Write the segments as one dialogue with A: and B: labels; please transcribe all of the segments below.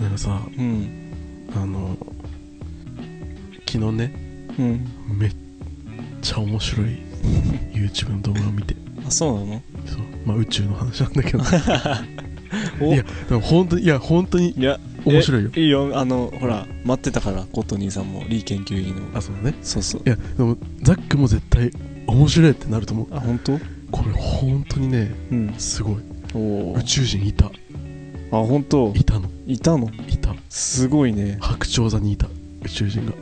A: なんかさ
B: うん
A: あの昨日ね
B: うん
A: めっちゃ面白い YouTube の動画を見て
B: あそうなの
A: そうまあ宇宙の話なんだ けど
B: お
A: いやでも本当にいや本当に
B: いや
A: 面白いよ
B: いいよあのほら待ってたからコットニーさんもリー研究員の
A: あそうだね
B: そうそう
A: いやでもザックも絶対面白いってなると思う
B: あ本当
A: これ本当にね
B: うん
A: すごい
B: おお
A: 宇宙人いた
B: あ本当
A: いたの
B: いたの
A: いた
B: すごいね
A: 白鳥座にいた宇宙人が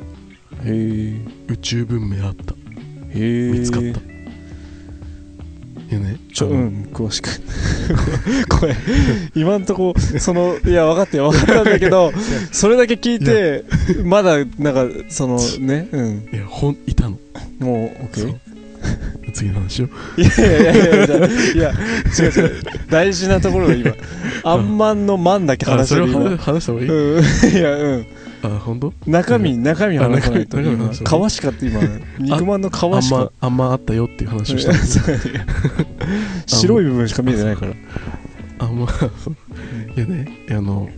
B: へえ
A: 宇宙文明あった
B: へえ
A: 見つかった、いやね
B: ちょ
A: あ
B: う
A: の
B: ん詳しく これ今んとこそのいや分かって分かったんだけどそれだけ聞いてまだなんかそのねうん
A: いやほんいたの
B: もう OK
A: そう次の話を
B: いやいやいやいやいや違う違う大事なところが今あんまんのまんだけ
A: あ
B: 話
A: そ
B: して
A: れを
B: る
A: 話
B: 今
A: 話した方がいい、
B: うんいやうん
A: あ本当
B: 中身中身話さないと
A: あ中身中身
B: 今
A: 話さない
B: かわしかって今肉まんのか
A: あ
B: わ
A: ん
B: しか
A: まあんまあったよっていう話をしたん です
B: 白い部分しか見えてないから
A: あんまそういやねあの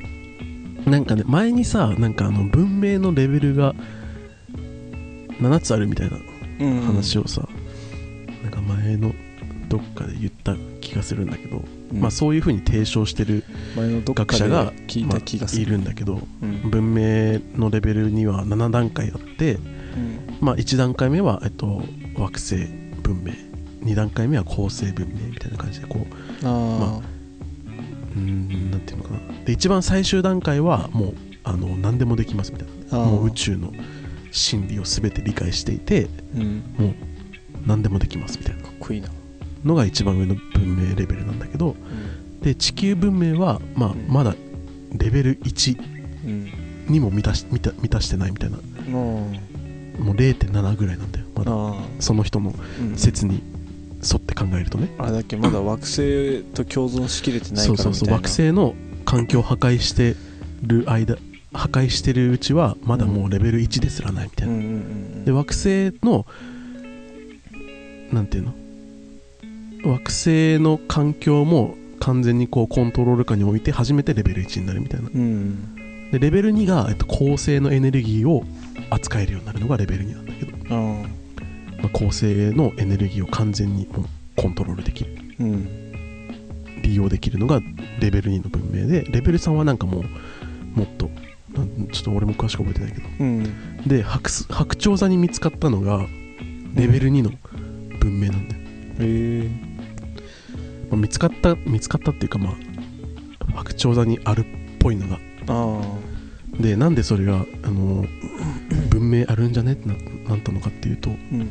A: なんかね前にさなんかあの文明のレベルが7つあるみたいな
B: うん
A: 話をさ、なんか前のどっかで言った気がするんだけど、
B: うん
A: まあそういうふうに提唱してる、
B: 前のどっかで
A: 学者が
B: 聞い
A: まあ
B: た気がす
A: い
B: る
A: るんだけど
B: うん
A: 文明のレベルには7段階あって、
B: うん
A: まあ、1段階目は、えっと、惑星文明2段階目は恒星文明みたいな感じでこう
B: あ
A: うーんなんていうのかなで一番最終段階はもうあの何でもできますみたい
B: あ
A: な
B: ー
A: もう宇宙の真理を全て理解していて
B: うん
A: もう何でもできますみたいな
B: かっこいいな
A: のが一番上の文明レベルなんだけど
B: うん
A: で地球文明は、まあ
B: うん、
A: まだレベル1
B: うん
A: にも満たし満た満たしてないみたいな
B: もう
A: もう0.7ぐらいなんだよまだ
B: あ
A: その人の
B: ーうん
A: 説に沿って考えるとね
B: あれだっけまだ惑星と共存しきれてない
A: そ
B: か
A: う
B: ら
A: そう
B: みた
A: そ
B: いうな
A: 惑星の環境を破壊してる間破壊してるうちはまだもうレベル1ですらないみたい
B: うん
A: な、
B: うんうん
A: で惑星のなんていうの惑星の環境も完全にこうコントロール下に置いて初めてレベル1になるみたいな
B: うん
A: でレベル2が、えっと、恒星のエネルギーを扱えるようになるのがレベル2なんだけど、
B: あ
A: まあ、恒星のエネルギーを完全にもうコントロールできる
B: ーうん
A: 利用できるのがレベル2の文明でレベル3はなんかもうもっとなんちょっと俺も詳しく覚えてないけど
B: うん
A: で白す白鳥座に見つかったのがレベル2の文明なんだよ、
B: へえ
A: まあ見つかった見つかったっていうかまあ白鳥座にあるっぽいのが
B: あ
A: でなんでそれがあの文明あるんじゃねってななったのかっていうと
B: ーうん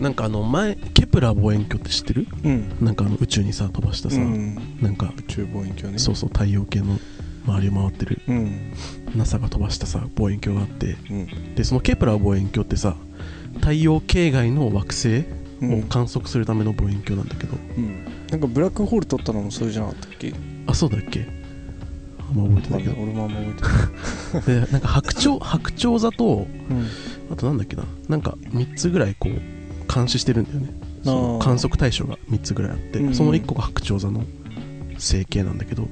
A: なんかあの前ケプラー望遠鏡って知ってる
B: うん
A: なんかあの宇宙にさ飛ばしたさ、
B: うん
A: なんか
B: 宇宙望遠鏡ね
A: そうそう太陽系の周りを回ってる
B: ううん
A: NASA が飛ばしたさ望遠鏡があって
B: うん
A: でそのケプラー望遠鏡ってさ太陽系外の惑星
B: う
A: を
B: ん
A: 観測するための望遠鏡なんだけど、
B: うんなんかブラックホール撮ったのもそれじゃなかったっけ
A: あそうだっけあんま覚えてないけ
B: 俺もあんま覚えて
A: どでなんか白鳥 白鳥座と
B: ない
A: あとなんだっけななんか3つぐらいこう監視してるんだよねその
B: あー
A: 観測対象が3つぐらいあって、
B: うん
A: その1個が白鳥座の成形なんだけど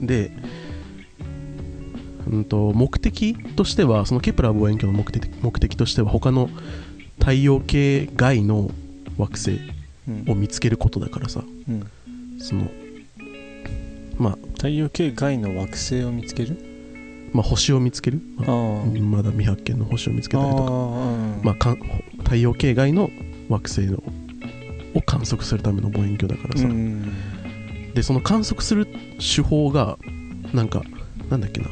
B: うん
A: でうんと目的としてはそのケプラー望遠鏡の目的目的としては他の太陽系外の惑星
B: うん
A: を見つけることだからさ
B: うん
A: その、まあ、
B: 太陽系外の惑星を見つける
A: まあ星を見つける、
B: あ
A: まあ
B: あ
A: まだ未発見の星を見つけたりとか
B: あ
A: まあ、かん太陽系外の惑星のを観測するための望遠鏡だから
B: う
A: さ、
B: ん
A: でその観測する手法がなんかなんだっけな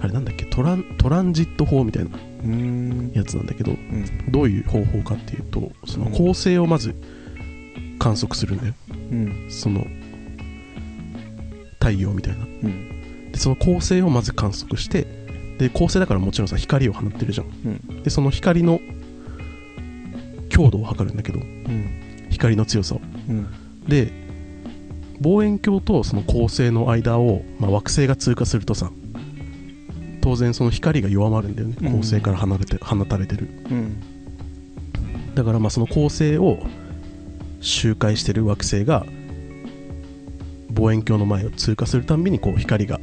A: あれなんだっけトラントランジット法みたいな
B: うん
A: やつなんだけど
B: うん
A: どういう方法かっていうとその
B: うん
A: 恒星をまず観測するんだよ
B: うん
A: その太陽みたいな
B: うん
A: でその恒星をまず観測してで恒星だからもちろんさ光を放ってるじゃん、
B: うん
A: でその光の強度を測るんだけど
B: うん
A: 光の強さを
B: うん
A: で望遠鏡とその恒星の間を、まあ、惑星が通過するとさ当然その光が弱まるんだよね
B: うん
A: 恒星から離れて、放たれてる
B: うん
A: だからまあその恒星を周回してる惑星が望遠鏡の前を通過するたんびにこう光が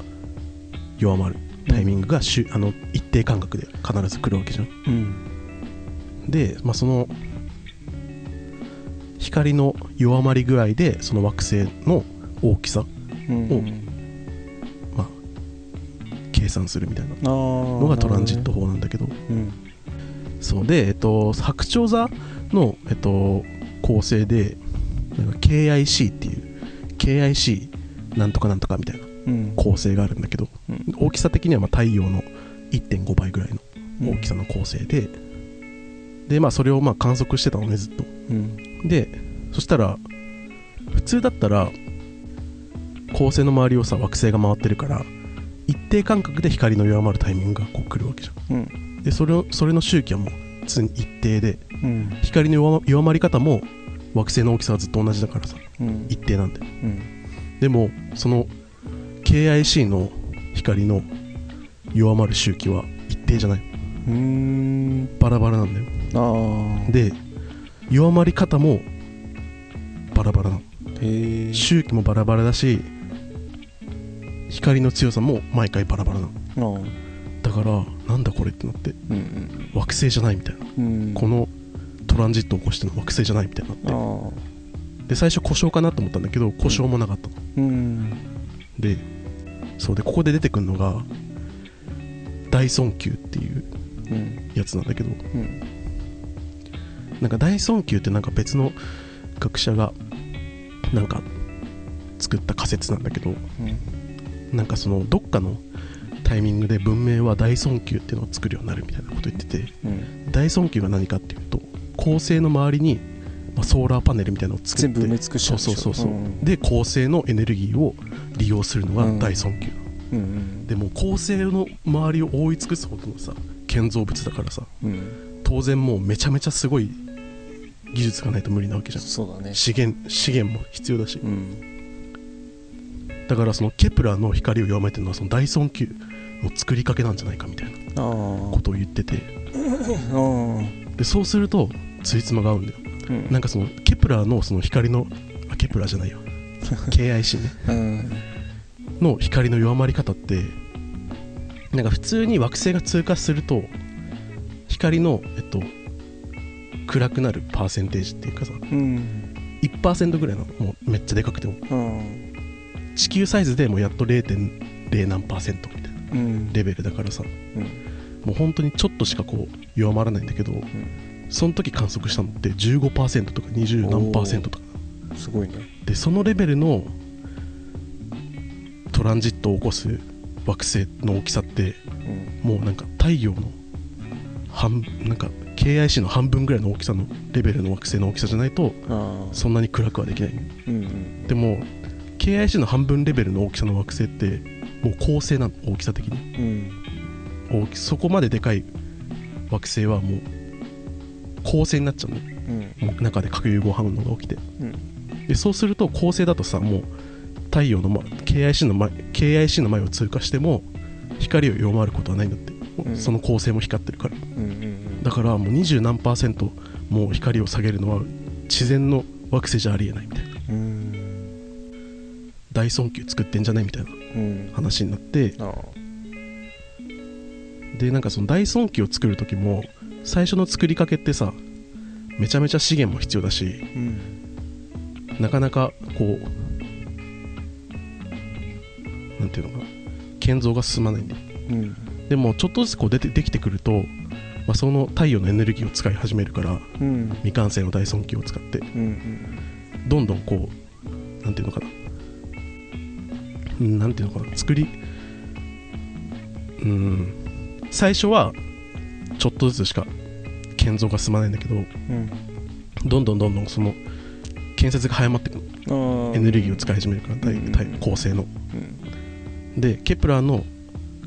A: 弱まるタイミングがしゅあの一定間隔で必ず来るわけじゃん
B: うん
A: で、まあ、その光の弱まり具合でその惑星の大きさ
B: うん
A: 計算するみたいな
B: ああ
A: の
B: の
A: がトランジット法なんだけど
B: うん
A: そうで、えっと、白鳥座の、えっと、構成でなんか KIC っていう KIC なんとかなんとかみたいな
B: うん
A: 構成があるんだけど
B: うん
A: 大きさ的にはまあ太陽の1.5倍ぐらいの大き
B: さ
A: さの構成で、でまあそれをまあ観測してたのねずっと
B: うん
A: でそしたら普通だったら恒星の周りをさ惑星が回ってるから一定間隔で光の弱まるタイミングがこう来るわけじゃ
B: うん
A: んでそれをそれの周期はもう常に一定で
B: うん
A: 光の弱ま弱まり方も惑星の大きさはずっと同じだからさ
B: うん
A: 一定なんで
B: うん
A: でもその KIC の光の弱まる周期は一定じゃないう
B: ーん
A: バラバラなんだよ
B: ああ
A: で弱まり方もバラバラなの
B: へえ
A: 周期もバラバラだし光の強さも毎回バラバラなの
B: あー
A: だからなんだこれってなって
B: うん
A: 惑星じゃないみたいな
B: うんうん
A: このトランジットを起こしての惑星じゃないみたいに
B: あ
A: なって
B: あ
A: で最初故障かなと思ったんだけど故障もなかったの
B: うん
A: でそうでここで出てくるのが大損球っていう
B: うん
A: やつなんだけど
B: うん
A: なんか大損球ってなんか別の学者がなんか作った仮説なんだけど
B: うん
A: なんかそのどっかのタイミングで文明は大損球っていうのを作るようになるみたいなこと言ってて
B: うん
A: 大損球が何かっていうと恒星の周りに、まあ、ソーラーパネルみたいなのを作
B: 全
A: っ
B: 部埋め
A: て
B: 尽くしち
A: そ
B: ゃ
A: う
B: でし
A: そ
B: ょ
A: うそうそう、
B: ん
A: で恒星のエネルギーを利用するのが大損球、
B: うん
A: でも恒星の周りを覆い尽くすほどのさ建造物だからさ
B: うん
A: 当然もうめちゃめちゃすごい技術がないと無理なわけじゃん
B: そうだね
A: 資源資源も必要だし
B: うん
A: だからそのケプラーの光を弱めてるのはその大損球の作りかけなんじゃないかみたいな
B: ああ
A: ことを言ってて
B: うん
A: でそうするとついつまが合うんだよなんかそのケプラーのその光のあケプラーじゃないよ KIC ね
B: うん
A: の光の弱まり方ってなんか普通に惑星が通過すると光の、えっと、暗くなるパーセンテージっていうかさ
B: うん
A: 1%ぐらいなのもうめっちゃでかくても
B: うん
A: 地球サイズでもうやっと0.0何パーセントみたいな
B: うん
A: レベルだからさ
B: うん
A: もう本当にちょっとしかこう弱まらないんだけど、その時観測したのって15%とか20何パーセントとか
B: すごいね
A: でそのレベルのトランジットを起こす惑星の大きさって
B: うん
A: もうなんか太陽の半なんか KIC の半分ぐらいの大きさのレベルの惑星の大きさじゃないと
B: ああ
A: そんなに暗くはできない
B: うんうん
A: でも KIC の半分レベルの大きさの惑星ってもう恒星なの大きさ的に
B: うん
A: 大きそこまででかい惑星はもう恒星になっちゃうの
B: うん
A: もう中で核融合反応が起きて
B: うん
A: でそうすると恒星だとさもう太陽の、ま、KIC, の前 KIC の前を通過しても光を弱まることはないんだって、
B: うん
A: その恒星も光ってるから
B: うんうん
A: だからもう20何パーセントもう光を下げるのは自然の惑星じゃありえないみたいな
B: うん
A: 大損球作ってんじゃないみたいな
B: うん
A: 話になって
B: ああ
A: でなんかその大損球を作る時も最初の作りかけってさめちゃめちゃ資源も必要だし
B: うん
A: なかなかこうなんていうのかな建造が進まないんだよ
B: うん
A: でもちょっとずつこう出てできてくると、まあ、その太陽のエネルギーを使い始めるから
B: うん
A: 未完成の大損球を使って
B: うん
A: どんどんこうなんていうのかなうんなんていうのかな作りうん最初はちょっとずつしか建造が進まないんだけど
B: うん
A: どんどんどんどんその建設が早まってくるエネルギーを使い始めるから大
B: うん
A: 大構成のでケプラーの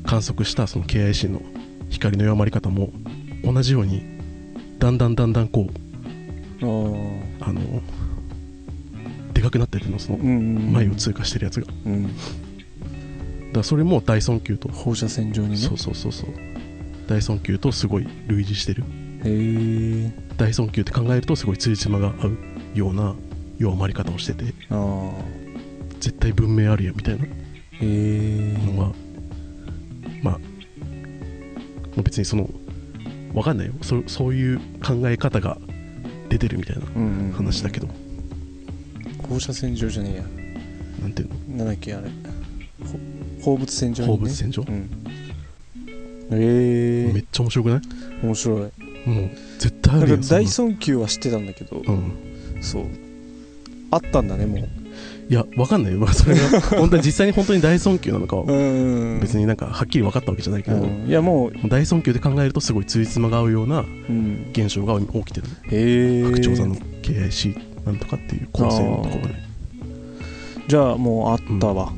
A: 観測したその KIC の光の弱まり方も同じようにだんだんだんだんこう
B: うん
A: あのでかくなってってのその
B: うん
A: 前を通過してるやつがだか
B: うん
A: らそれも大損球と
B: 放射線状にね
A: そうそうそうそう大損球とすごい類似してる
B: へえ
A: 大損球って考えるとすごい辻褄が合うような弱まり方をしてて
B: ああ
A: 絶対文明あるやみたいな
B: へえ
A: のは、まあもう別にそのわかんないよそそういう考え方が出てるみたいな
B: うん
A: 話だけど、
B: 放射線状じゃねえや
A: なんていうの
B: なんだっけあれほ放物線状にね
A: 放物線上、
B: うんへ
A: め
B: え
A: っちゃ面白くない
B: 面白い
A: もう絶対あ
B: な
A: る
B: ん
A: や
B: か
A: つ
B: 大損球は知ってたんだけど
A: うん、
B: そうあったんだねもう
A: いやわかんないよ、まあ、それ が本当に実際に本当に大損球なのかは
B: うん
A: 別になんかはっきり分かったわけじゃないけど、
B: うんいやもう
A: 大損球で考えるとすごいつりつまが合うような
B: うん
A: 現象が起きてる
B: へえ
A: 白鳥座の KIC なんとかっていう構成のところに
B: じゃあもうあったわ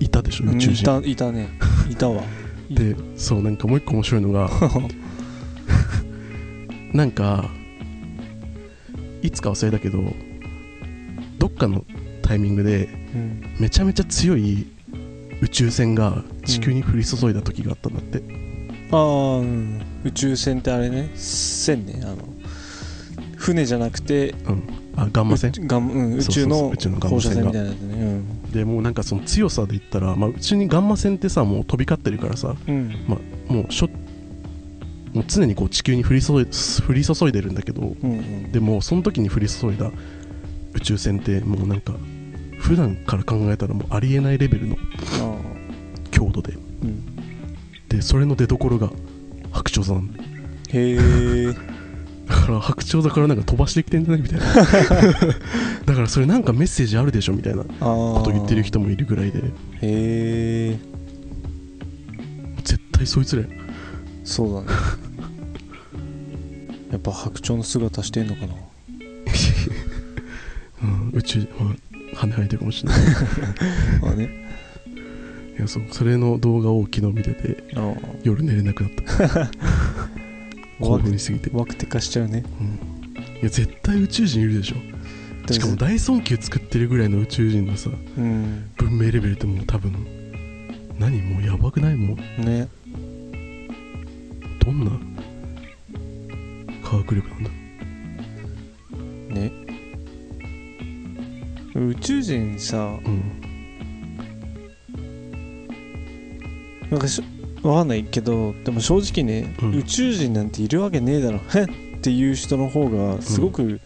A: いたでしょ
B: う
A: 宇
B: ん
A: 宙
B: い
A: 人、
B: たいたねいた わ
A: でそうなんかもう一個面白いの がなんかいつか忘れたけどどっかのタイミングで
B: うん
A: めちゃめちゃ強い宇宙船が地球に降り注いだ時があったんだって、
B: ああうん宇宙船ってあれね線ねあの船じゃなくて
A: あガンマ
B: 宇
A: 船
B: 宙がんうん宇
A: そうそうそ
B: 宙
A: う
B: の
A: 宇宙のガン
B: 放
A: マ
B: 射
A: 線
B: 線
A: が
B: みたいなやつね
A: でもうなんかその強さで言ったら、まあ、うちにガンマ船ってさもう飛び交ってるからさ
B: うんうん
A: もうしょもう常にこう地球に降り注い降り注いでるんだけど
B: うんうん
A: でもその時に降り注いだ宇宙船ってもうなんか普段から考えたらもうありえないレベルの
B: ああ
A: 強度で
B: うん
A: でそれの出どころが白鳥座なんだ
B: へえ
A: だから白鳥座からなんか飛ばしてきてんじゃないみたいなだからそれなんかメッセージあるでしょみたいなこ
B: こと
A: 言ってる人もいるぐらいで
B: へえ
A: 絶対そいつらや
B: そう だねやっぱ白鳥の姿してんのか な
A: うん宇宙、まあ、羽生えてるかもしれないい
B: あね
A: やそうそれの動画を昨日見てて
B: ああ
A: 夜寝れなくなった興
B: 怖く
A: 奮しすぎて、うん、い
B: 怖くて化しちゃうね
A: や絶対宇宙人いるでしょしかも大尊敬作ってるぐらいの宇宙人のさ
B: うん
A: 文明レベルってもう多分何もうやばくないもう
B: ね
A: どんな科学力なんだ
B: ね宇宙人さ
A: うん
B: なんかしわかんないけどでも正直ね、
A: うん
B: 宇宙人なんているわけねえだろへっっていう人の方がすごく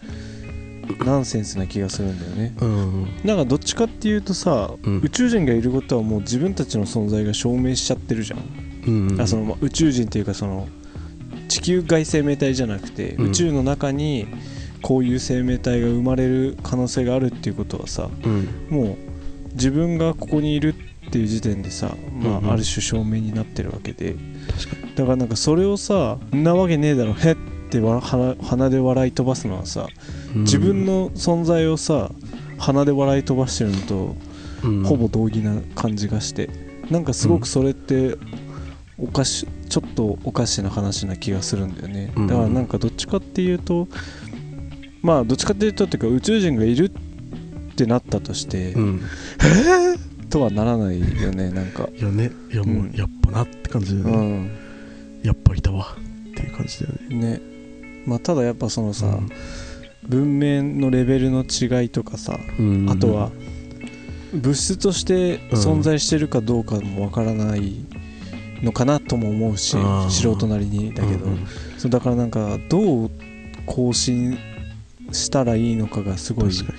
B: ナンセンスな気がするんだよね
A: うん
B: なんかどっちかっていうとさ
A: うん
B: 宇宙人がいることはもう自分たちの存在が証明しちゃってるじゃん
A: うん
B: あそのまあ宇宙人っていうかその地球外生命体じゃなくて、
A: うん
B: 宇宙の中にこういう生命体が生まれる可能性があるっていうことはさ
A: うん
B: もう自分がここにいるっていう時点でさ、まあ、あ
A: うんうん
B: る種証明になってるわけでだからなんかそれをさ「んなわけねえだろへっ」ってわ鼻鼻で笑い飛ばすのはさ自分の存在をさ鼻で笑い飛ばしてるのと
A: うん
B: ほぼ同義な感じがしてなんかすごくそれっておかしちょっとおかしな話な気がするんだよね
A: うん
B: だからなんかどっちかっていうとまあどっちかっていうとっていうか宇宙人がいるってなったとして
A: うん
B: とはならないよねなんか
A: いやねいやも
B: う
A: う
B: ん
A: やっぱなって感じだ
B: う
A: よね
B: ん
A: やっぱいたわっていう感じだよね
B: ねまあただやっぱそのさ
A: うん
B: 文明のレベルの違いとかさ
A: うん
B: あとは物質として存在してるかどうかもわからないのかなとも思うし
A: あー
B: 素人なりにだけど、
A: うんうん
B: そうだからなんかどう更新したらいいのかがすごい
A: 確かに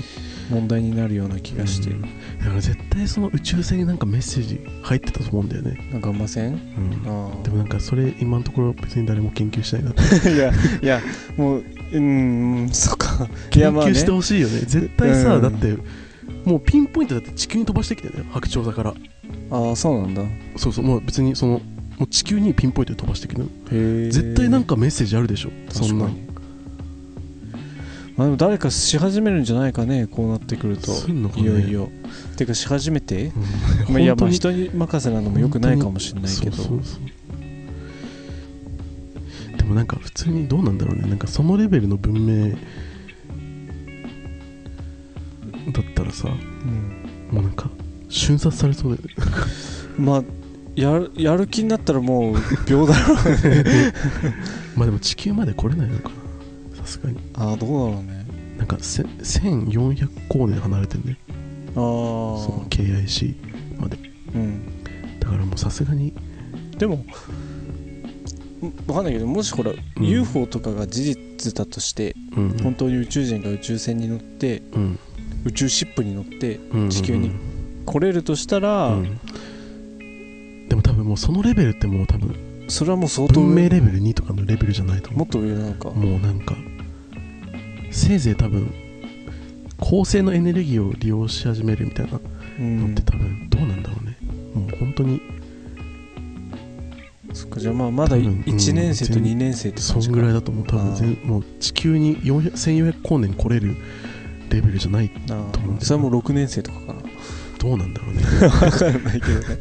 B: 問題になるような気がして、
A: うんだから絶対その宇宙船になんかメッセージ入ってたと思うんだよね
B: なんかあんません
A: うん
B: あー
A: でもなんかそれ今のところ別に誰も研究してないなって
B: いやいやもううーんそっかい
A: 研
B: やまあ
A: 究
B: ね
A: してほしいよね絶対さ、
B: うん
A: だってもうピンポイントだって地球に飛ばしてきてんだよ白鳥座から
B: ああそうなんだへ
A: そうそうもう別にそのもう地球にピンポイントで飛ばしてきてる
B: え
A: 絶対なんかメッセージあるでしょ
B: 確
A: そんな
B: か
A: ん
B: にまあ、でも誰かし始めるんじゃないかねこうなってくると
A: すんのかね
B: い よいよてかし始めて、
A: うん
B: まあ、いや
A: 本当
B: まあ
A: に
B: 人に任せなのもよくないかもしれないけど
A: そうそうそうでもなんか普通にどうなんだろうねなんかそのレベルの文明だったらさ
B: うん
A: もうなんか瞬殺されそうだよね
B: まあやるやる気になったらもう 秒だろ
A: まあでも地球まで来れないのかなさすがに
B: ああどうだろうね
A: なんかせ1400光年離れてんね
B: あ
A: その
B: あ
A: KIC
B: うん
A: だからもうさすがに
B: でも分かんないけどもしほら、UFO とかが事実だとして
A: うん
B: 本当に宇宙人が宇宙船に乗って
A: うん
B: 宇宙シップに乗って
A: うん
B: 地球に来れるとしたら、
A: うんでも多分もうそのレベルってもう多分
B: それはもう相当
A: 文明
B: 上
A: レベル2とかのレベルじゃないと思う
B: もっと上なのか、
A: もうなんかせいぜい多分恒星のエネルギーを利用し始めるみたいな
B: う
A: のっ
B: ん
A: て、多分どうなんだろうね、もう本当に
B: そっかじゃあまあまだい
A: 多分うん
B: 1年生と
A: 全
B: 2年生って
A: そ
B: 感
A: ん
B: じか
A: ぐらいだと思う多分全もう地球に400 1400光年来れるレベルじゃない
B: あー
A: と思うんだよね
B: それはもう6年生とかかな
A: どうなんだろうね
B: 分かんないけどね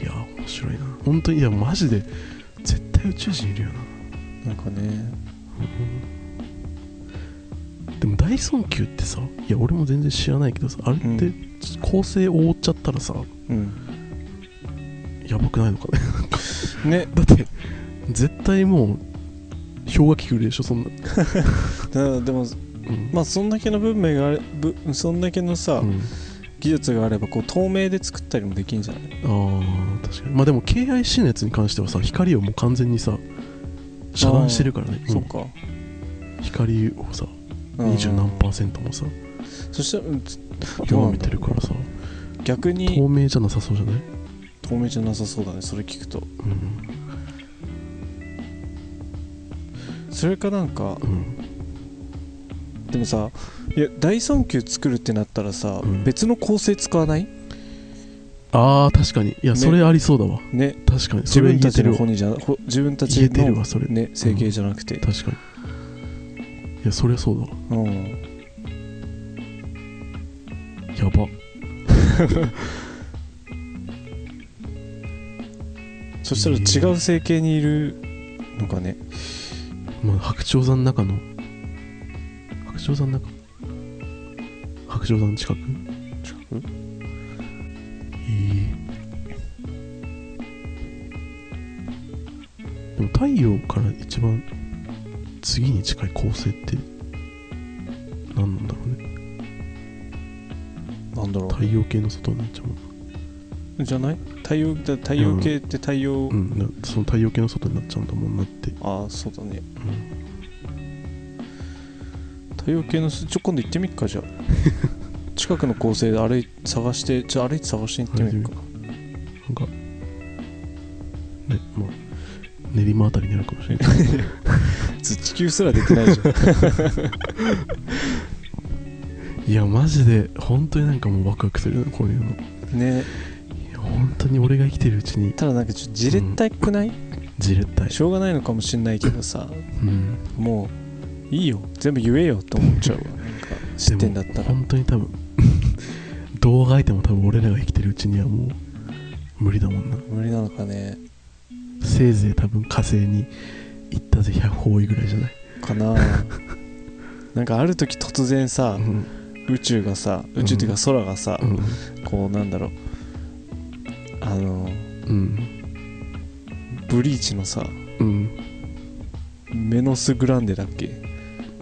A: いや面白いな本当にいやマジで絶対宇宙人いるよな、
B: なんかね
A: でも大尊級ってさいや俺も全然知らないけどさあれっ
B: う
A: て
B: ん
A: 恒星覆っちゃったらさ
B: うん
A: やばくないのかね
B: ね
A: だって絶対もう氷河期来るでしょそんな、
B: だでも
A: うん
B: まあそんだけの文明があれぶそんだけのさ、
A: うん
B: 技術があればこう透明で作ったりもできるんじゃない
A: ああ確かにまあでも KIC のやつに関してはさ光をもう完全にさ遮断してるからね、うん
B: そっか
A: 光をさ
B: うん
A: 二十何パーセントもさ
B: そしたらうんつどう
A: 弱
B: なん
A: め
B: だ
A: てるからさ
B: 逆に
A: 透明じゃなさそうじゃない、
B: 透明じゃなさそうだねそれ聞くと
A: うん
B: それかなんか
A: うん、
B: でもさいや大尊級作るってなったらさ、
A: うん
B: 別の構成使わない
A: あー確かにいや
B: ね
A: それありそうだわ
B: ね
A: 確かに
B: 自
A: それ
B: 分
A: 言
B: た
A: えて
B: ち
A: る
B: の
A: わ
B: 本にじゃほ自分た
A: 言え
B: ち
A: てるわ
B: の
A: それ
B: ね整形じゃなくて、
A: 確かにいやそりゃそうだわ
B: うん
A: やば
B: そしたら違う整形にいるのかね
A: まあ、白鳥山の中の白鳥山の中白鳥山の近く
B: 近く
A: ええでも太陽から一番次に近い恒星って何なんだろうね
B: なんだろ
A: 太陽系の外になっちゃうもん
B: うじゃない太陽だ太陽系って太陽、
A: うんなその太陽系の外になっちゃうんだもんなって
B: ああそうだね
A: うん
B: 太陽系のすちょ今度行ってみっかじゃあ 近くの構成で歩い探してちょ歩いて探して行ってみるか
A: なんかねまあ練馬あたりにあるかもしれない
B: 地球すらできないじゃん
A: いやマジで本当になんかもうワクワクするよねこういうの
B: ね
A: いや本当に俺が生きてるうちに
B: ただなんかちょっとじれったくない、
A: じれったい
B: しょうがないのかもしんないけどさ
A: うん
B: もういいよ全部言えよと思っち ゃうわなんか知ってんだったら
A: 本当に多分 動画相手も多分俺らが生きてるうちにはもう無理だもんな
B: 無理なのかね
A: せいぜい多分火星に行ったぜ100方位ぐらいじゃない、
B: かな なんかある時突然さ
A: うん
B: 宇宙がさ宇宙っていうか空がさ
A: う、ん
B: こうなんだろうあの
A: うん
B: ブリーチのさ
A: うん
B: メノスグランデだっけ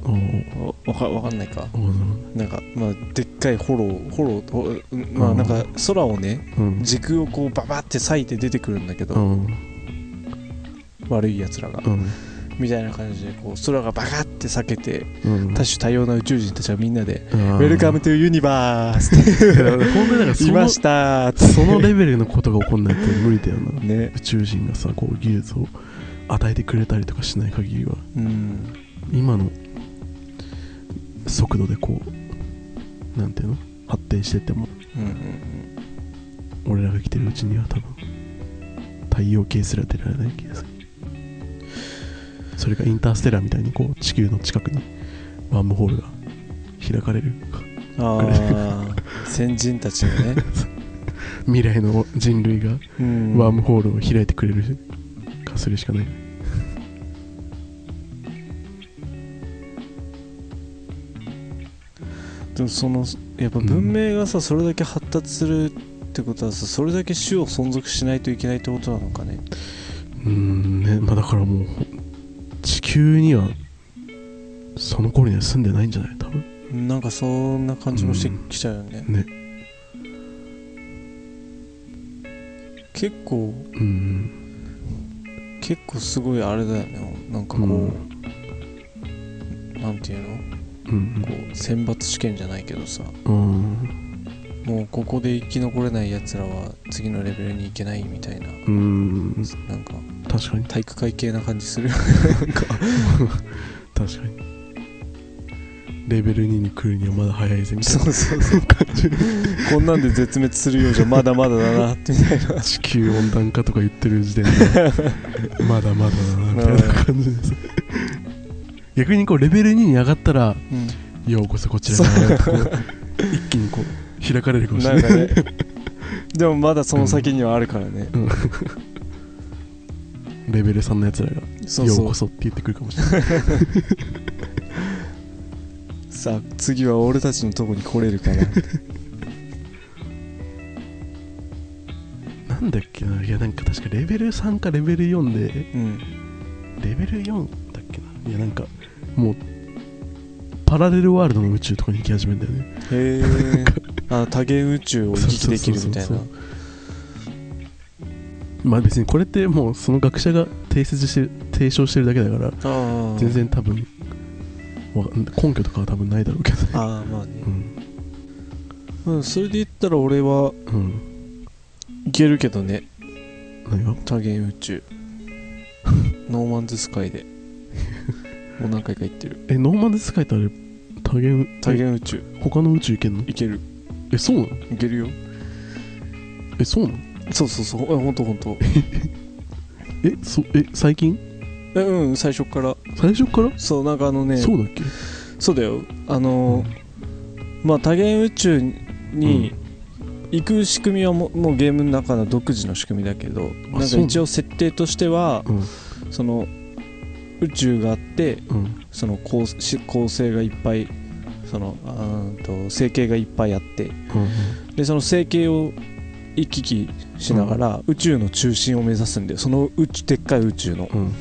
A: おー
B: わわかわかんないか
A: おー
B: なんかまあでっかいホローホローほうんまあなんか空をね
A: うん
B: 時空をこうババって裂いて出てくるんだけ
A: う
B: ど、
A: ん
B: 悪いやつらが、
A: うん
B: みたいな感じでこう空がバカって裂けて
A: うん
B: 多種多様な宇宙人たちはみんなで
A: ウ
B: 「ウェルカムトゥユニバース」
A: 本当になんか
B: って
A: そ
B: いま
A: の
B: したーって
A: そのレベルのことが起こんないと無理だよな
B: ね
A: 宇宙人がさこう技術を与えてくれたりとかしない限りは
B: うん
A: 今の速度でこうなんていうの発展してっても
B: うんうん
A: 俺らが来てるうちには多分太陽系すら出られない気がするそそれがインターステラーみたいにこう地球の近くにワームホールが開かれる
B: ああ 先人たちのね、
A: 未来の人類が
B: うん、
A: ワームホールを開いてくれるかするしかない
B: でもそのやっぱ文明がさ、それだけ発達するってことはさそれだけ種を存続しないといけないってことなのかね
A: うんねまあだからもう地球にはその頃には住んでないんじゃない多分
B: なんかそんな感じもして
A: うん
B: きちゃうよね、
A: ね
B: 結構
A: うん
B: 結構すごいあれだよねなんかこう、
A: うん
B: なんていうの
A: うん
B: こう選抜試験じゃないけどさ
A: うん
B: もうここで生き残れないやつらは次のレベルに行けないみたいな
A: うん
B: なんか
A: 確かに
B: 体育会系な感じする
A: 確かにレベル2に来るにはまだ早いぜみたいな
B: そうそうそうこんなんで絶滅するようじゃまだまだだなってみたいな
A: 地球温暖化とか言ってる 時点でまだまだだなみたいな感じです逆にこうレベル2に上がったらようこそこちらへこう 一気にこう開かれるかもしれ
B: なん
A: ない
B: かねでもまだその先にはあるからね、
A: レベル3のやつらが
B: そう
A: よう
B: そ
A: こ
B: う
A: そって言ってくるかもしれない
B: さあ次は俺たちのとこに来れるから
A: なんだっけないやなんか確かレベル3かレベル4で
B: うん
A: レベル4だっけないやなんかもうパラレルワールドの宇宙とかに行き始めるんだよね
B: へえ あ多元宇宙を行き来できるみたい
A: そう
B: な
A: そうまあ別にこれってもうその学者が提出して提唱してるだけだから
B: ああ
A: 全然多分わか根拠とかは多分ないだろうけどね
B: ああまあね
A: うん
B: うん、それで言ったら俺は
A: うん
B: いけるけどね
A: 何が
B: 多元宇 宙ノーマンズスカイでもう何回か行ってる
A: えノーマンズスカイってあれ多元
B: 多元宇宙
A: 他の宇宙行けんの
B: いける
A: えそうなの
B: いけるよ
A: えそうなの
B: そうそうそうえほんとほんと
A: えそえ最近
B: えうん最初っから
A: 最初から、
B: そうなんかあのね
A: そうだっけ
B: そうだよあのーまあ多元宇宙に行く仕組みはも,、うもうゲームの中の独自の仕組みだけど
A: あ
B: なん
A: そ
B: か
A: うなの
B: 一応設定としては
A: うん
B: その宇宙があって
A: うん
B: その構し構成がいっぱいそのあーんと成形がいっぱいあってでその成形を行き来しながら宇宙の中心を目指すんでその宇宙でっかい宇宙の
A: うんうん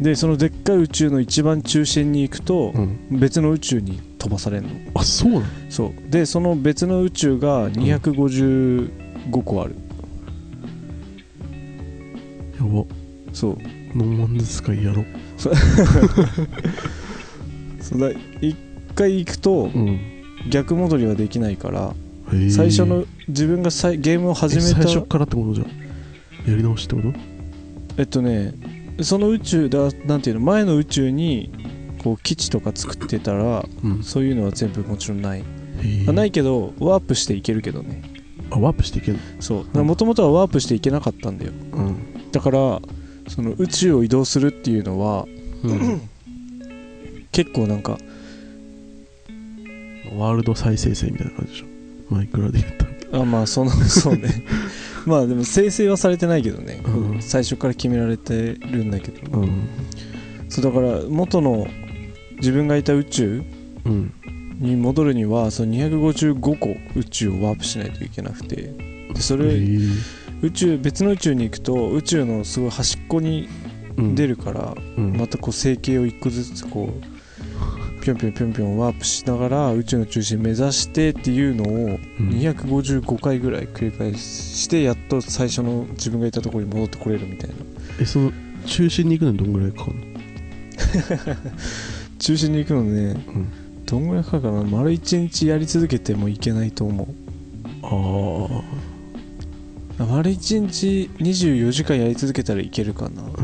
B: でそのでっかい宇宙の一番中心に行くと
A: うんうん
B: 別の宇宙に飛ばされるの
A: あそうなの
B: そうでその別の宇宙が255個ある、
A: やば
B: そう
A: ノーマンズスカイやろう
B: そうだ一回行くと
A: うん
B: 逆戻りはできないから、
A: へー
B: 最初の自分がさいゲームを始
A: え
B: めた
A: 最初からってことじゃんやり直しってこと
B: えっとねその宇宙だなんていうの前の宇宙にこう基地とか作ってたら
A: うん
B: そういうのは全部もちろんない、
A: へー
B: あないけどワープしていけるけどね
A: あワープしていけんの
B: そうもともとはワープしていけなかったんだよ
A: うん
B: だからその宇宙を移動するっていうのは
A: うん
B: 結構なんか
A: ワールド再生成みたいな感じでしょマイクラで言ったら
B: あまあその そう ねまあでも生成はされてないけどね、
A: うん
B: 最初から決められてるんだけど、
A: うん
B: そうだから元の自分がいた宇宙
A: うん
B: に戻るにはその255個宇宙をワープしないといけなくてでそ
A: へ
B: れ
A: ー
B: 宇宙別の宇宙に行くと宇宙のすごい端っこに
A: うん
B: 出るから、
A: うん
B: またこう成形を一個ずつこうぴょんぴょんぴょんぴょんワープしながら宇宙の中心目指してっていうのを
A: うん
B: 255回ぐらい繰り返してやっと最初の自分がいたところに戻ってこれるみたいな
A: えその中心に行くのにどんぐらいかかるの
B: 中心に行くのね、どんぐらいかかるかな丸1日やり続けてもいけないと思う
A: あ
B: あ丸1日24時間やり続けたらいけるかな
A: あ、え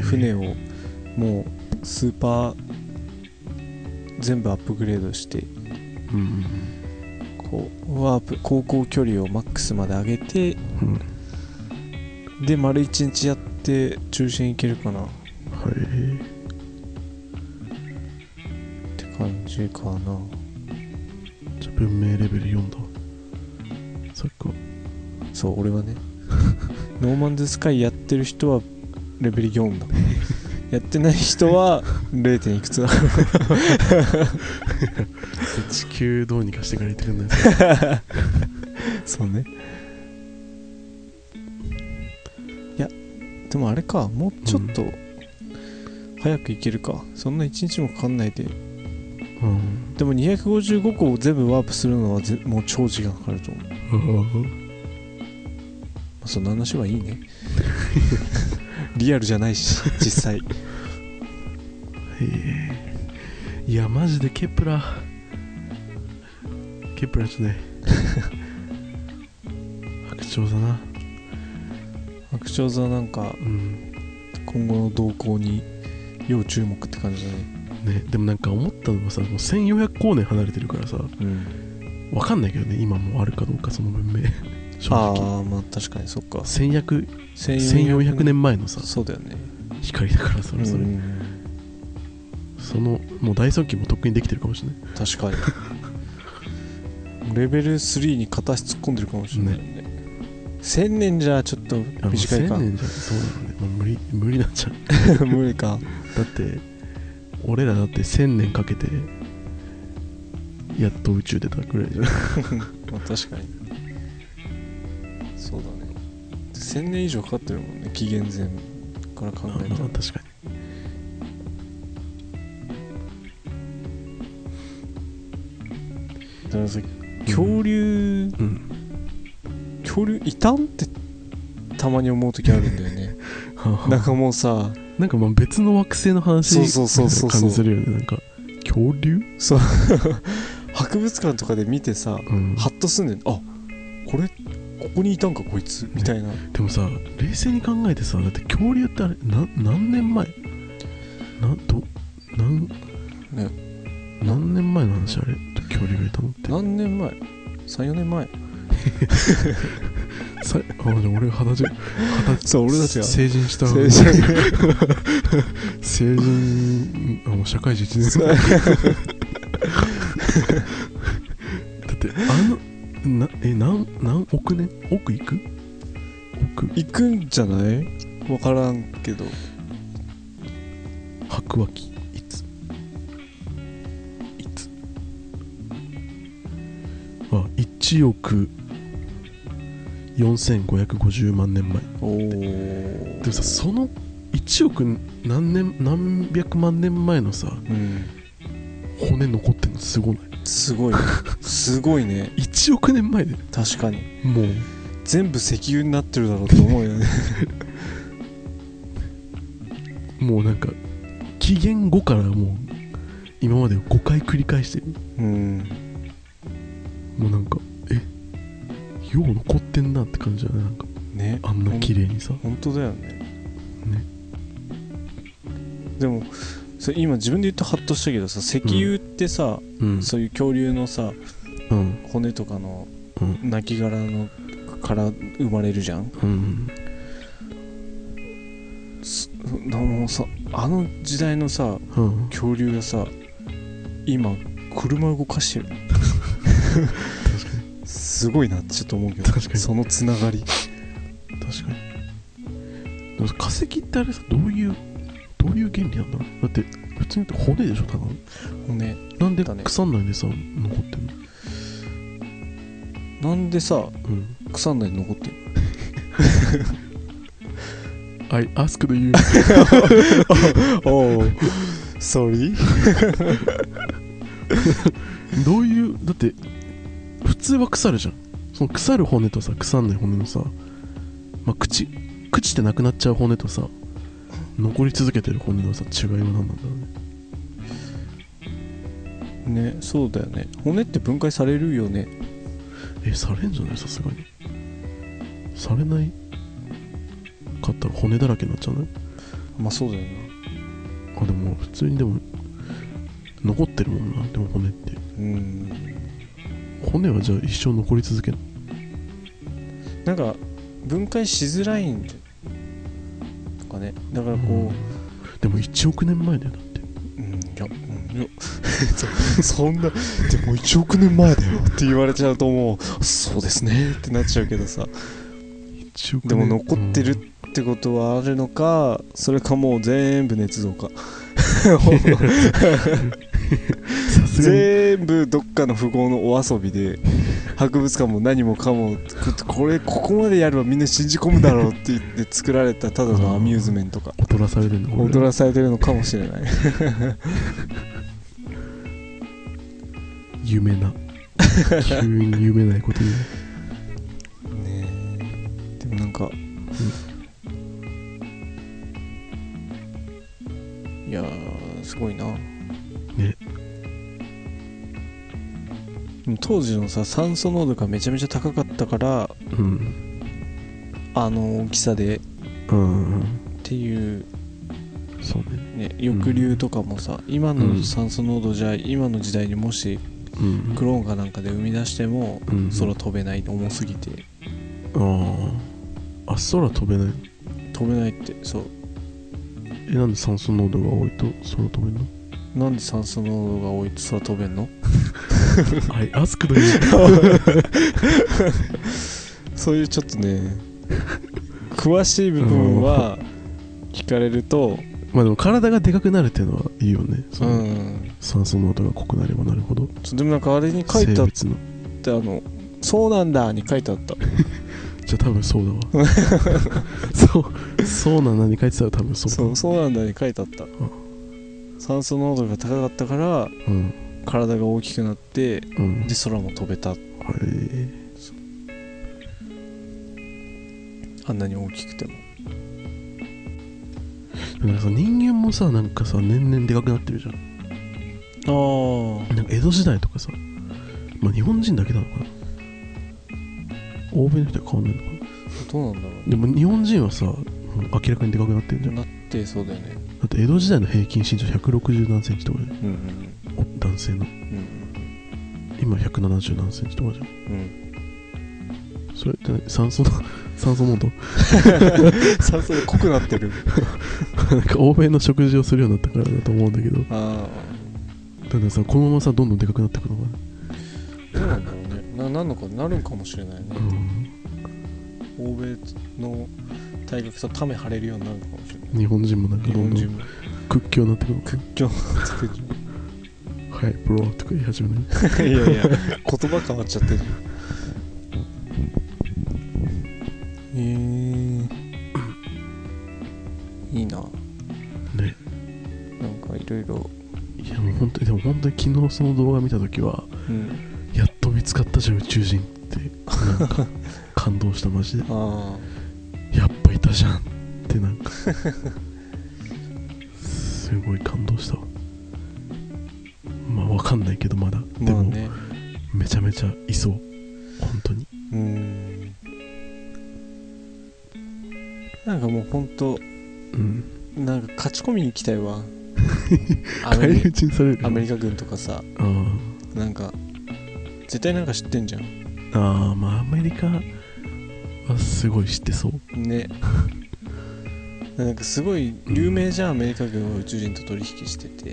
A: ー、
B: 船をもうスーパー全部アップグレードして
A: うん
B: こうワープ航行距離をマックスまで上げて
A: うんうん
B: で丸1日やって中心行けるかな
A: はい
B: 中かな
A: じゃあ文明レベル4だそっか
B: そう俺はね ノーマンズスカイやってる人はレベル4だ やってない人は 0. いくつだ
A: 地球どうにかしてくれてるんだよ
B: そうねいやでもあれかもうちょっと早くいけるか、そんな1日もかかんないで
A: うん
B: でも255個を全部ワープするのはぜもう超時間かかると思う、まあ、そんな話はいいね リアルじゃないし実際
A: へえいやマジでケプラケプラじゃない白鳥だな
B: 白鳥座なんか
A: うん
B: 今後の動向に要注目って感じだね
A: ねでもなんか思ったのがさもう1400光年離れてるからさ
B: うん
A: わかんないけどね今もあるかどうかその文明 正
B: あ
A: 直
B: あまあ確かにそっか
A: 1400 1400年前のさ
B: そうだよね
A: 光だからそれそれ、
B: うんうん
A: そのもう大尊敬もとっくにできてるかもしれない
B: 確かにレベル3に片足突っ込んでるかもしれないよね1000年じゃちょっと
A: あの
B: 短いか
A: 1000年じゃそうなのねもう無理無理なんじゃん
B: 無理か
A: だって俺らだって1000年かけてやっと宇宙出たくらいじゃん
B: まあ確かにそうだね1000年以上かかってるもんね紀元前から考
A: まあ
B: え
A: まあ
B: たら
A: 確か
B: だからさ
A: に
B: 恐竜、
A: うんうん
B: 恐竜いたんってたまに思う時あるんだよ ねな
A: なんんか
B: かもうさ
A: なんかまあ別の惑星の話
B: そうそうそうそうそう
A: 感じするよねなんか恐竜
B: そう博物館とかで見てさ
A: うん
B: ハッとすんねんあこれここにいたんかこいつみたいな
A: でもさ冷静に考えてさだって恐竜ってあれな何年前などなん、何年前の話あれ恐竜がいたのって
B: 何年前34年前
A: さあじゃあ俺が二十歳二十
B: そう俺たち
A: 歳
B: が
A: 成人した
B: 成人
A: 成人あもう社会人1年生だってあのなえ何何億年億いく億
B: 行くんじゃない分からんけど
A: 白亜紀いついつあ1億4550万年前
B: おお
A: でもさその1億何年何百万年前のさ
B: うん
A: 骨残ってんのすごない
B: すごいすごいね
A: 1億年前で
B: 確かに
A: もう
B: 全部石油になってるだろうと思 うよね
A: もうなんか紀元後からもう今までを5回繰り返してる
B: うん
A: もうなんかえよう残ってんなって感じだねなんか
B: ね
A: あんな綺麗にさ
B: 本当だよね
A: ね
B: でもそれ今自分で言ってハッとしたけどさ石油ってさ、
A: うん
B: そういう恐竜のさ
A: うん
B: 骨とかの
A: うん
B: 亡きのから生まれるじゃん
A: うん
B: すなもうさあの時代のさ
A: うん
B: 恐竜がさ今車動かしてる
A: 確か
B: すごいなってちょっと思うけど
A: 確かに
B: そのつながり
A: に確かにでもさ化石ってあれさどういうどういう原理なんだろうだって普通に言って骨でしょただの
B: 骨
A: なんで
B: だね
A: 腐んないでさ残ってんの
B: なんでさ
A: うん
B: 腐んないで残ってる
A: I ask you
B: おお sorry
A: どういうだって普通は腐るじゃんその腐る骨とさ腐んない骨のさ、まあ、口口ってなくなっちゃう骨とさ残り続けてる骨のさ違いは何なんだろうね
B: ねそうだよね骨って分解されるよね
A: えされんじゃないさすがにされないかったら骨だらけになっちゃうの
B: まあそうだよね
A: あでも普通にでも残ってるもんなでも骨って
B: うん
A: 骨はじゃあ一生残り続ける
B: なんか分解しづらいんじゃとかねだからこ
A: でも1億年前だよだって
B: う、うん、や、うんいや そんな、でも1億年前だよって言われちゃうともう、そうですねってなっちゃうけどさ、
A: 一億
B: で
A: 年
B: も残ってるってことはあるのか、それかもう全部捏造 か。
A: うんさすがに
B: 全部どっかの富豪のお遊びで博物館も何もかもここれここまでやればみんな信じ込むだろうって言って作られたただのアミューズメントか
A: 踊らされてるの俺
B: 踊らされてるのかもしれない
A: 夢な急に夢ないこと言う
B: ねえでもなんか、いやーすごいな
A: ね
B: でも当時のさ酸素濃度がめちゃめちゃ高かったから
A: うん
B: あの大きさで
A: うんうん
B: っていう
A: そうね
B: ね、抑留とかもさ、今の酸素濃度じゃ、今の時代にもし
A: うん
B: クローンかなんかで生み出しても、
A: うん
B: 空飛べない重すぎて
A: あああ空飛べない
B: 飛べないってそう
A: えなんで酸素濃度が多いと空飛べるの
B: なんで酸素濃度が多いと空飛べんの
A: あいアスクだよ
B: そういうちょっとね詳しい部分は聞かれると
A: まあでも体がでかくなるっていうのはいいよねそうの
B: ん
A: 酸素濃度が濃くなればなるほど
B: そうでもなんかあれに書いて
A: 生
B: あっ
A: 物の
B: てあの「そうなんだ」に書いてあった
A: じゃあ多分そうだ わそうそうな何書いてたら多分そうだ
B: そうそうなんだに書いてあった酸素濃度が高かったから
A: うん
B: 体が大きくなって
A: うん
B: で空も飛べた
A: はい
B: あんなに大きくても
A: なんかさ人間もさなんかさ年々でかくなってるじゃん
B: あ
A: なんか江戸時代とかさ、まあ、日本人だけなのかな欧米の人は変わんないのかな
B: あどうなんだろう
A: でも日本人はさもう明らかにでかくなってるじゃんだ
B: なってそうだよね
A: って江戸時代の平均身長160何センチとかじゃ
B: うん
A: ん男性の
B: うんうん
A: 今170何センチとかじゃ
B: うんうん
A: んそれって、ね、酸素の 酸素濃度
B: 酸素が濃くなってる
A: なんか欧米の食事をするようになったからだと思うんだけど
B: あ
A: たださこのままさどんどんでかくなってくのかな
B: あどうなんだろうねななんのかなるんかもしれないね
A: う、ん
B: 欧米の体格とため張れるようになるのかもしれない
A: 日本人もなんか
B: 日
A: どん
B: 本
A: ど
B: 人
A: ん
B: も
A: 屈強になってくの
B: 屈強な作り
A: はいブローとか言い 始める
B: いやいや言葉変わっちゃってるえー、いいな
A: ね
B: なんかいろいろ
A: いやもう本当にでも本当に昨日その動画見た時は
B: うん
A: やっと見つかったじゃん宇宙人ってなんか感動したマジで
B: あ
A: やっぱいたじゃんってなんかすごい感動したわまあわかんないけどまだ、
B: あ
A: で
B: まあ
A: も、
B: ね
A: めちゃめちゃいそう本当に
B: うんなんかもうほんと
A: うん
B: なんか勝ち込みに行きたい わアメ
A: 返り
B: リ
A: 討ちにされる
B: アメリカ軍とかさ
A: あー
B: なんか絶対なんか知ってんじゃん
A: あーまあアメリカはすごい知ってそう
B: ね なんかすごい有名じゃん、アメリカ軍は宇宙人と取引してて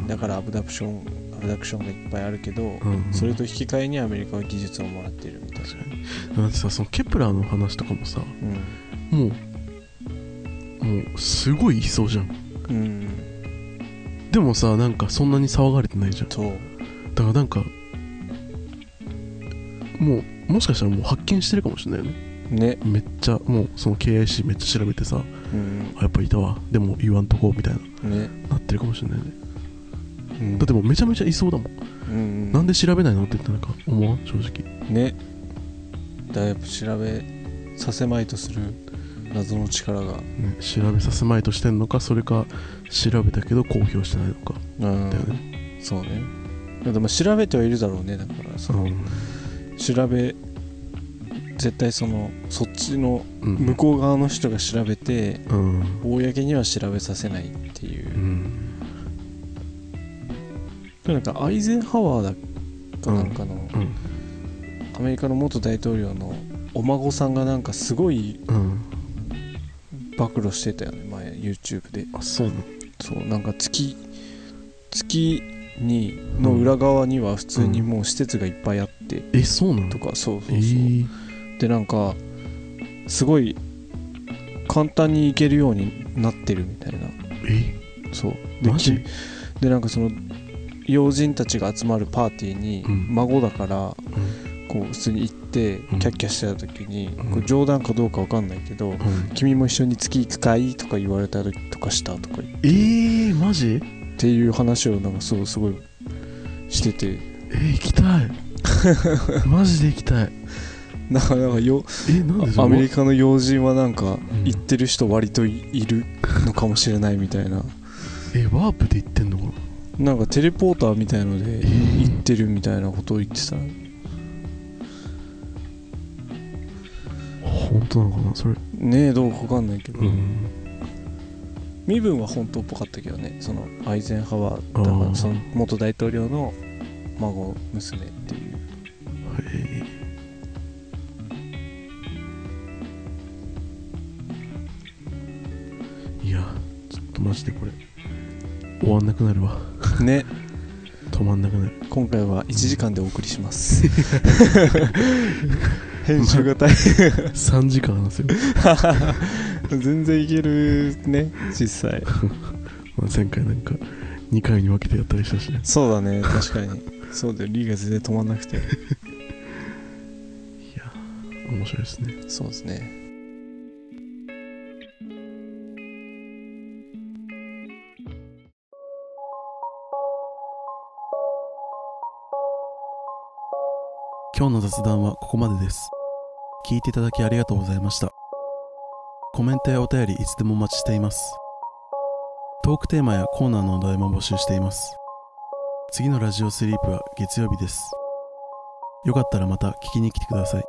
A: うん
B: だからアブダクションアブダクションがいっぱいあるけど、
A: うん
B: それと引き換えにアメリカは技術をもらってるみたいな
A: 確かにだってさそのケプラーの話とかもさもうもうすごいいそうじゃん
B: うん、うん、
A: でもさなんかそんなに騒がれてないじゃんだ
B: そう
A: からなんかもうもしかしたらもう発見してるかもしれないよね
B: ね
A: めっちゃもうその KIC めっちゃ調べてさ
B: うん
A: あやっぱいたわでも言わんとこみたいな
B: ね
A: なってるかもしれないよね
B: うん
A: だってもうめちゃめちゃいそうだもん、
B: うん
A: なんで調べないのって言ったらなんか思わん正直
B: ねだいぶ調べさせまいとする謎の力が
A: ね調べさせまいとしてんのかそれか調べたけど公表してないのか
B: うん
A: だよね
B: そうねでも調べてはいるだろうねだからその調べ絶対そのそっちの
A: うん
B: 向こう側の人が調べて
A: うん
B: 公には調べさせないっていうう、
A: ん
B: なんかアイゼンハワーだかなんかの、
A: うん
B: アメリカの元大統領のお孫さんがなんかすごい
A: うん
B: 暴露してたよね前 YouTube で
A: あそうなの
B: そうなんか月月にの裏側には普通にもう施設がいっぱいあって
A: えそうなの
B: とか、そうそうそう、
A: えー
B: でなんかすごい簡単に行けるようになってるみたいな
A: え
B: そうで
A: マジ
B: きでなんかその要人たちが集まるパーティーに
A: うん
B: 孫だからこう普通に行って
A: ん
B: キャッキャしてた時に
A: うん
B: こう冗談かどうかわかんないけど「君も一緒に月行くかい?」とか言われたりとかしたとか
A: えー、マジ
B: っていう話をなんかそうすごいしてて
A: えー、行きた いマジで行きたい
B: なんかなんかよ
A: えなんでそ
B: ア
A: れ
B: メリカの要人はなんか
A: ん
B: 行ってる人割といいるのかもしれないみたいな
A: えワープで行ってんのかな
B: なんかテレポーターみたいので
A: ー
B: 行ってるみたいなことを言ってた
A: 本当なのかなそれ
B: ねえどうかわかんないけど、
A: うん
B: 身分は本当っぽかったけどねそのアイゼンハワーだか
A: あー
B: らその元大統領の孫娘っていう
A: えーいやちょっとマジでこれ終わんなくなるわ
B: ね
A: 止まんなくなる
B: 今回は1時間でお送りします 編集が大変
A: 3時間話せる、
B: 全然いけるね実際
A: まあ、前回なんか2回に分けてやったりしたしね
B: そうだね確かにそうだよリーが全然止まんなくて
A: 面白いですね
B: そうですね
A: 今日の雑談はここまでです聞いていただきありがとうございましたコメントやお便りいつでもお待ちしていますトークテーマやコーナーのお題も募集しています次のラジオスリープは月曜日ですよかったらまた聞きに来てください